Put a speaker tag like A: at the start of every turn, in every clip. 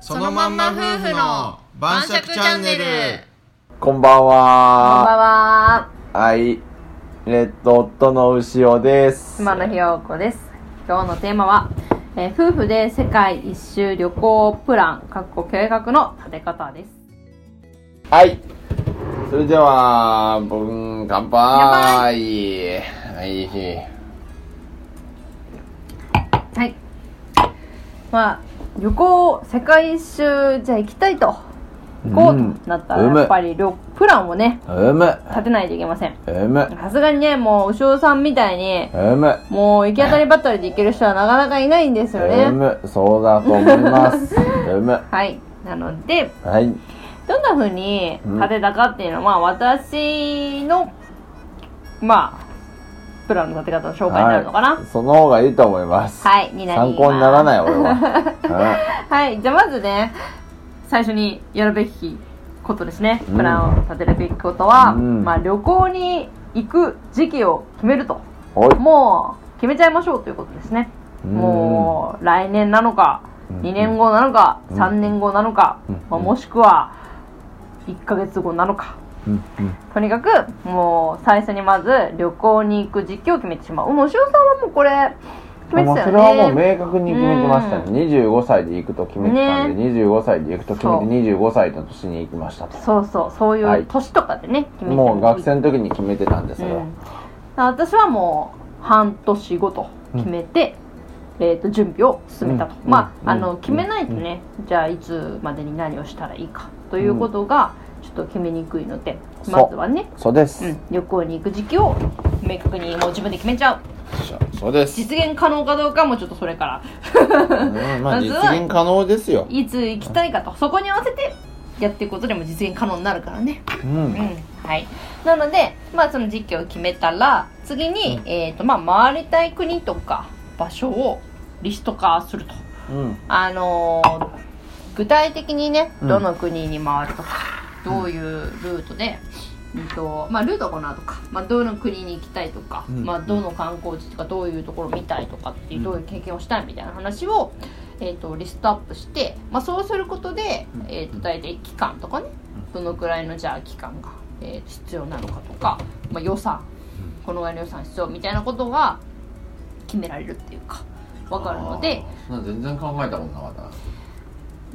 A: そ
B: のまんま夫婦の晩酌チャンネル
C: こんばん
A: こんばん
C: は。
A: は
C: はい。レッド夫の牛尾です。
A: 妻のひよこです今日のテーマは、えー夫婦で世界一周旅行プランかっこ計画の立て方です
C: はい。それでは、うん、乾杯。はい。
A: はいまあ旅行世界一周じゃあ行きたいとこう
C: うん
A: となったらやっぱり旅プランをね
C: うむ。
A: 立てないといけません
C: うむ。
A: さすがにねもう牛尾さんみたいに
C: うむ。
A: もう行き当たりばったりで行ける人はなかなかいないんですよ
C: う
A: ね
C: む。そうだと思い ます。うむ。
A: はいなので
C: はい。
A: どんな風に立てたかっていうのは、まあ私のまあプランの立て方の紹介になるのか
C: は
A: な
C: い。その方がいいと思います。
A: はい、になります
C: 参考にならない、俺は。
A: はいじゃあまずね最初にやるべきことですね、
C: うん
A: プランを立てるべきことは、
C: うん
A: まあ、旅行に行く時期を決めると
C: うん。おい。
A: もう決めちゃいましょうということですね
C: うん
A: もう来年なのか
C: うん
A: 2年後なのか
C: うん
A: 3年後なのか、
C: うん
A: まあもしくは1ヶ月後なのか
C: うん
A: とにかくもう最初にまず旅行に行く時期を決めてしまうもう潮さんはもうこれ決
C: うん
A: め
C: も
A: て
C: う
A: た
C: そ
A: よね
C: れはもう明確に決めてましたね。25歳で行くと決めてたんで、25歳で行くと決め
A: そう
C: て25歳の年に行きましたと。
A: そうそうそうい
C: は
A: う
C: い
A: 年とかでね、決めて
C: もう学生の時に決めてたんです
A: う
C: よ
A: ん、私はもう半年後と決めて、えー、と準備を進めたと、
C: うん
A: ま
C: うん
A: ああの
C: うん
A: 決めないとね、じゃあいつまでに何をしたらいいかということがちょっと決めにくいので、
C: そう
A: まずはね、
C: そうです、
A: うん、旅行に行く時期を明確にもう自分で決めちゃう
C: そうです、
A: 実現可能かどうかもちょっとそれか
C: う
A: ら
C: んまあ
A: ま
C: 実
A: ずは
C: 現可能ですよ、
A: いつ行きたいかとそこに合わせてやっていくことでも実現可能になるからね
C: うん
A: うんはい、なので、まあ、その時期を決めたら次に、えーとまあ、回りたい国とか場所をリスト化すると、
C: うん
A: あのー具体的にね
C: うん
A: どの国に回るとか、どういうルートで、うんとまあ、ルートはこの後か、まあ、どの国に行きたいとか、
C: うん
A: まあ、どの観光地とかどういうところ見たいとかっていう、どういう経験をしたいみたいな話を、えー、とリストアップして、まあ、そうすることで、えー、と大体期間とかねどのくらいのじゃあ期間が、えー必要なのかとか、まあ、予算このぐらいの予算必要みたいなことが決められるっていうか分かるので
C: そんな全然考えたことなかった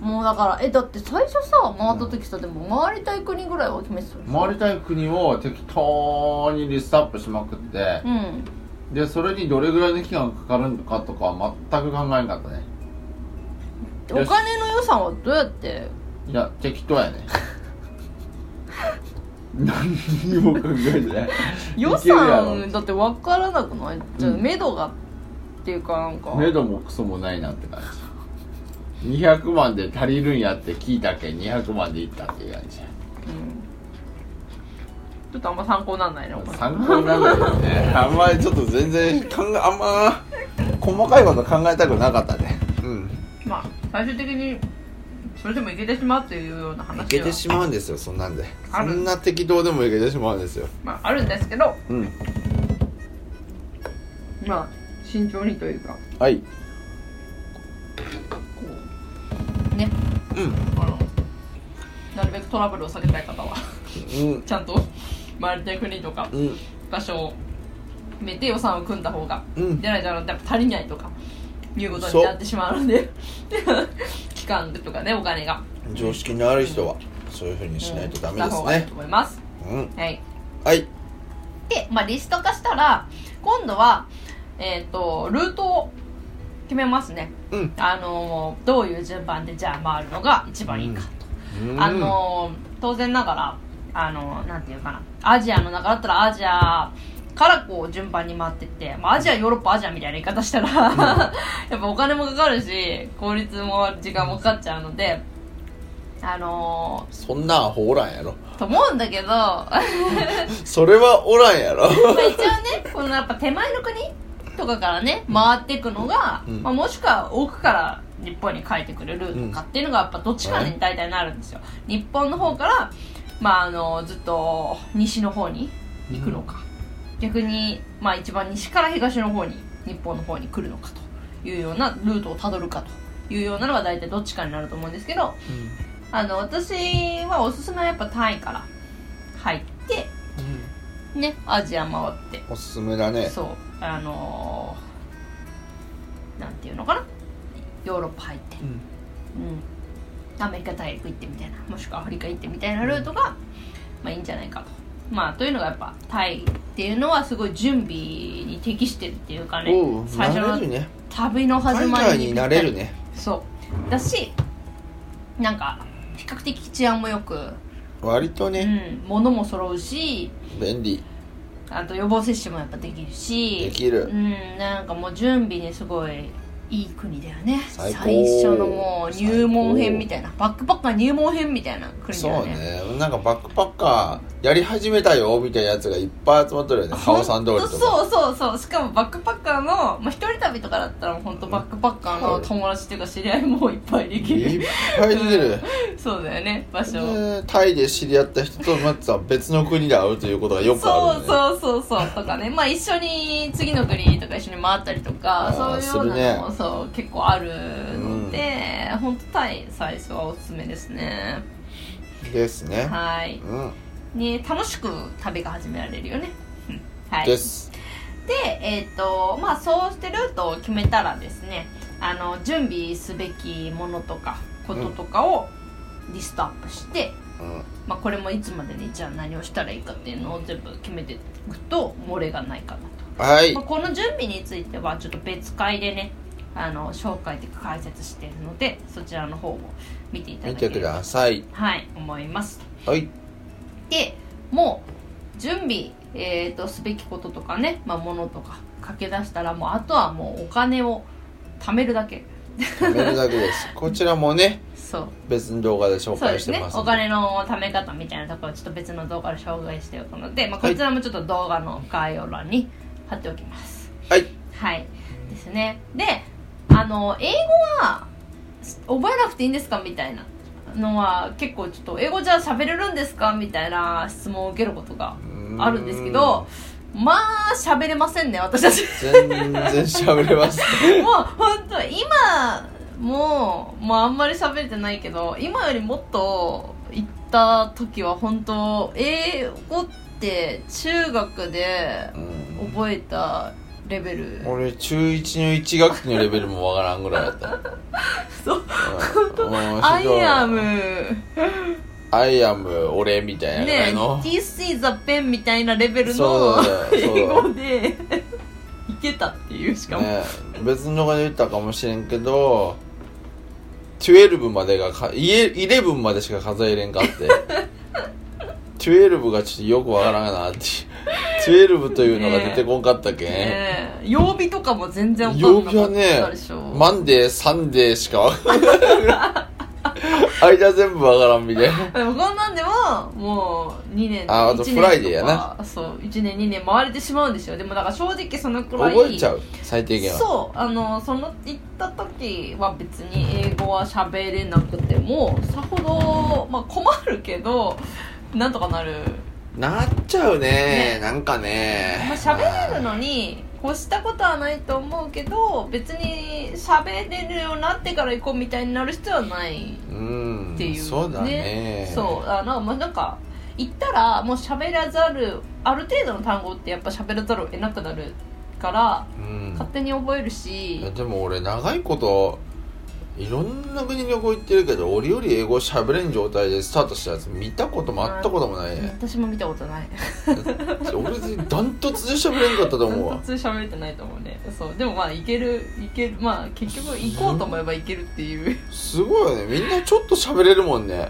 A: もうだからえだって最初さ回った時さでも回りたい国ぐらいは決めてたでしょ
C: 回りたい国を適当にリストアップしまくって
A: う、ん
C: でそれにどれぐらいの期間がかかるのかとかは全く考えなかったね
A: お金の予算はどうやって
C: いや適当やね 何にも考えてない
A: 予
C: いけるやろ
A: 算だって分からなくないじゃあ目処がっていうかなんか
C: 目処もクソもないなって感じ200万で足りるんやって聞いたけん200万でいったっていう感じ
A: うんちょっとあんま参考になんないねお前
C: 参考にならないよねあんまりちょっと全然考えあんま細かいこと考えたくなかったねうん
A: まあ最終的にそれでもいけてしまうっていうような話はい
C: けてしまうんですよそんなんで
A: あ
C: そ
A: る
C: んな適当でもいけてしまうんですよ
A: まあ、あるんですけど
C: うん
A: まあ慎重にというかこ
C: はい
A: うね
C: うん
A: あのなるべくトラブルを避けたい方は
C: うん
A: ちゃんと回りたい国とか
C: うん
A: 場所を決めて予算を組んだ方が、
C: うん
A: じゃないじゃなくて足りないとかいうことになってしまうので 期間とかねお金が
C: 常識のある人はそういうふうにしないとダメで
A: うんした
C: す
A: 方がいい
C: ね
A: と思います、
C: うん
A: はい
C: はい
A: で、まあ、リスト化したら今度は、えー、とルートを決めますね
C: うん
A: あのーどういう順番でじゃあ回るのが一番いいかと、
C: うん
A: あのー当然ながらあのーなんていうかなアジアの中だったらアジアからこう順番に回ってって、まあ、アジアヨーロッパアジアみたいな言い方したら、 やっぱお金もかかるし効率も時間もかかっちゃうのであの
C: そんなんほらんやろ
A: ーと思うんだけどまあ
C: それはおらんやろ
A: 一応ねこのやっぱ手前の国とかからね回っていくのが、
C: うん
A: まあ、もしくは奥から日本に帰ってくるルートかっていうのがやっぱどっちかに大体なるんですよ、日本の方から、まあ、あのずっと西の方に行くのか、逆に、まあ、一番西から東の方に日本の方に来るのかというようなルートをたどるかいうようなのが大体どっちかになると思うんですけ
B: う
A: ど
B: ん
A: あの私はおすすめはやっぱタイから入ってねアジア回って
C: おすすめだね
A: そうあのーなんていうのかなヨーロッパ入って、
B: うん
A: うん、アメリカ大陸行ってみたいなもしくはアフリカ行ってみたいなルートが、まあ、いいんじゃないかと。まあ、というのがやっぱタイっていうのはすごい準備に適してるっていうかね
C: おう
A: 最初
C: 慣
A: の
C: れるね
A: 旅の始
C: 海
A: ま
C: 外
A: りに
C: に
A: ぴった
C: な
A: り
C: れるね
A: そうだしなんか比較的治安もよく、
C: 割と
A: う
C: ね
A: ん、物も揃うし
C: 便利
A: あと予防接種もやっぱできるし
C: できる
A: うんなんかもう準備にすごいいい国だよね
C: 最高
A: 初のもう入門編みたいなバックパッカー入門編みたいな国だ
C: そ
A: よ
C: う
A: ね
C: ねなんかバックパッカーやり始めたよみたいなやつがいっぱい集まってるよねカオさん通りと
A: ほんと
C: か
A: そうそうそうしかもバックパッカーの、まあ、一人旅とかだったら本当バックパッカーの友達っていうか知り合いもいっぱいでき
C: い
A: る
C: っぱい出る
A: そうだよね場所
C: でタイで知り合った人とまた別の国で会うということがよくある
A: そ
C: ね
A: うそうそうそうとかねまあ一緒に次の国とか一緒に回ったりとか
C: あー
A: そういうようなのも、
C: す
A: そう結構あるので、ほん、本当タイ最初はおすすめですね
C: ですね
A: はい
C: うん
A: ね楽しく旅が始められるよね うんはい
C: です
A: でえっ、とまあそうしてルートを決めたらですねあの準備すべきものとかこととかをリストアップして、
C: うん
A: まあ、これもいつまでにじゃあ何をしたらいいかっていうのを全部決めていくと漏れがないかなと
C: はい
A: まあこの準備についてはちょっと別会でねあの紹介というか解説しているのでそちらの方も見ていただ
C: 見
A: け
C: て
A: れ
C: く
A: ば
C: ださい
A: はい思います
C: はい
A: でもう準備、えー、とすべきこととかね、まあ、物とか駆け出したらもうあとはもうお金を貯めるだけ
C: 食べるだけですこちらもね
A: そう
C: 別の動画で紹
A: そうで
C: 介し
A: す
C: て
A: ね
C: ます
A: お
C: んで
A: 金の貯め方みたいなところをちょっと別の動画で紹介しておくので、まあ、こちらもちょっと動画の概要欄に貼っておきます、
C: はい
A: はいですねであの英語はす覚えなくていいんですかみたいなのは結構ちょっと英語じゃ喋れるんですかみたいな質問を受けることがあるんですけどまあ喋れませんね私たち
C: 全然喋れます
A: もう本当今もう、まあ、あんまり喋れてないけど今よりもっと行った時は本当英語って中学で
C: うん
A: 覚えたレベル
C: 俺中1の1学期のレベルもわからんぐらいだ った
A: そう
C: 本当
A: アイアム
C: アイアム俺みたいなぐら
A: ね
C: いの、
A: This is a pen みたいなレベル
C: そ
A: の
C: うだね
A: 英語でいけたっていうしかも、
C: ね、別の動画で言ったかもしれんけど12までがかいえ11までしか数えれんかって 12がちょっとよくわからんなっていう12というのが出てこんかったけん、
A: ね曜日とかも全然分
C: 曜
A: かん
C: 日
A: な
C: は
A: かったで
C: ね
A: しょ、
C: マンデーサンデーしかわからん間全部わからんみたいな
A: でもこんなんでももう2年
C: ああと
A: 1年
C: フライデーやな
A: とかそう1年2年回れてしまうんですよでもだから正直そのくらい
C: 覚えちゃう最低限は
A: そうあのその行った時は別に英語は喋れなくてもさほど、まあ、困るけどなんとかなる
C: なっちゃうね
A: ね
C: なんかね
A: まあ、喋れるのにこうしたことはないと思うけど別に喋れるようになってから行こうみたいになる必要はない
C: うん
A: っていう、
C: そうだね
A: そうあのまあなんか行ったらもう喋らざるある程度の単語ってやっぱ喋らざるを得なくなるから
C: うん
A: 勝手に覚える
C: い
A: し
C: やでも俺長いこといろんな国旅行行ってるけど俺より英語喋れん状態でスタートしたやつ見たこともあったこともない ね
A: 私も見たことない
C: 俺ダントツで喋れんかったと思うわ
A: 普通喋れてないと思うねそうでもまあ行ける行けるまあ結局行こうと思えば行けるっていう
C: すごいよねみんなちょっと喋れるもんね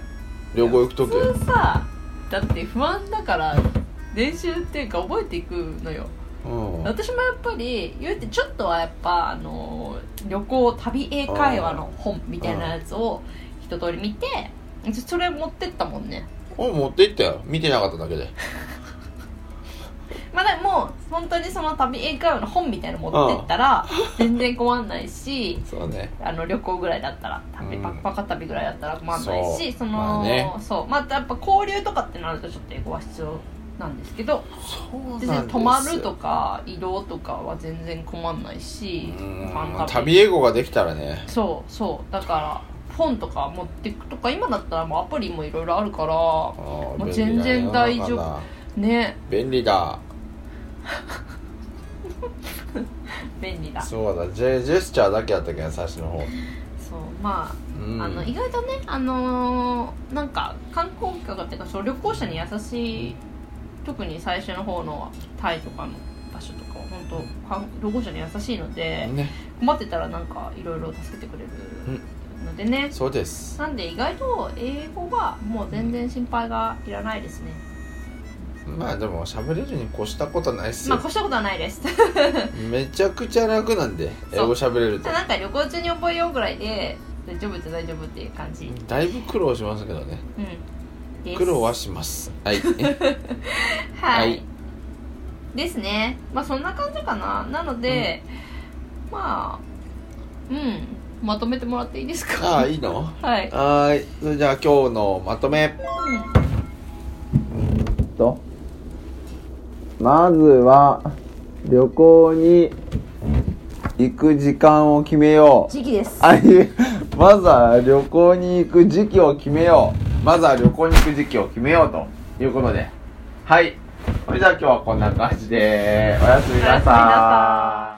C: 旅行行く時
A: 普通さだって不安だから練習っていうか覚えていくのよ
C: うん
A: 私もやっぱり言うてちょっとはやっぱあの旅行旅英会話の本みたいなやつを一通り見てそれ持ってったもんね
C: 俺持って行ったよ見てなかっただけで
A: まあでも本当にその旅英会話の本みたいなの持ってったら全然困んないし
C: そうね
A: あの旅行ぐらいだったら旅
C: うん
A: パックパカ旅ぐらいだったら困んないし、
C: そう
A: その、
C: まあね
A: そうまた、やっぱ交流とかってなるとちょっと英語は必要なんですけど
C: そう
A: 全
C: な
A: 然
C: んです
A: 泊まるとか移動とかは全然困んないし
C: うん
A: ご飯食べ
C: 旅英語ができたらね
A: そうそうだから本とか持ってくとか今だったらもうアプリもいろいろあるか
C: あ
A: ら
C: ー
A: もう
C: 便利だね
A: 全然大丈夫
C: 世の中
A: ね
C: 便利だ
A: 便利だそ
C: そうだジェジェスチャーだけやったけど最初の方
A: うまあ
C: うん
A: あの意外とね、あのーなんか観光客っていうかそう旅行者に優しい特に最初の方のタイとかの場所とかは本当観旅行者に優しいので
C: ね
A: 困ってたらなんかいろいろ助けてくれるのでね、
C: そうです
A: なんで意外と英語はもう全然心配がいらないですね、
C: まあでも喋れるに越したことないっす
A: ま
C: よ
A: あ越したことはないです
C: めちゃくちゃ楽なんで英
A: そう
C: 語喋れると
A: なんか旅行中に覚えようぐらいで大丈夫って大丈夫っていう感じうん
C: だいぶ苦労しますけどね
A: です
C: 苦労はしますはい
A: は
C: はい
A: いですねまあそんな感じかななので、まあうんまとめてもらっていいです
C: あ
A: か
C: あいいの
A: はい、
C: はーいそれじゃあ今日のまとめ
A: う
C: とまずは旅行に行く時間を決めよ
A: ん、
C: う
A: 時期です
C: あいえまずは旅行に行く時期を決めようまずは旅行に行く時期を決めようということではいそれじゃあ今日はこんな感じでおやすみ
A: おや
C: な
A: すみな
C: さ
A: さ
C: い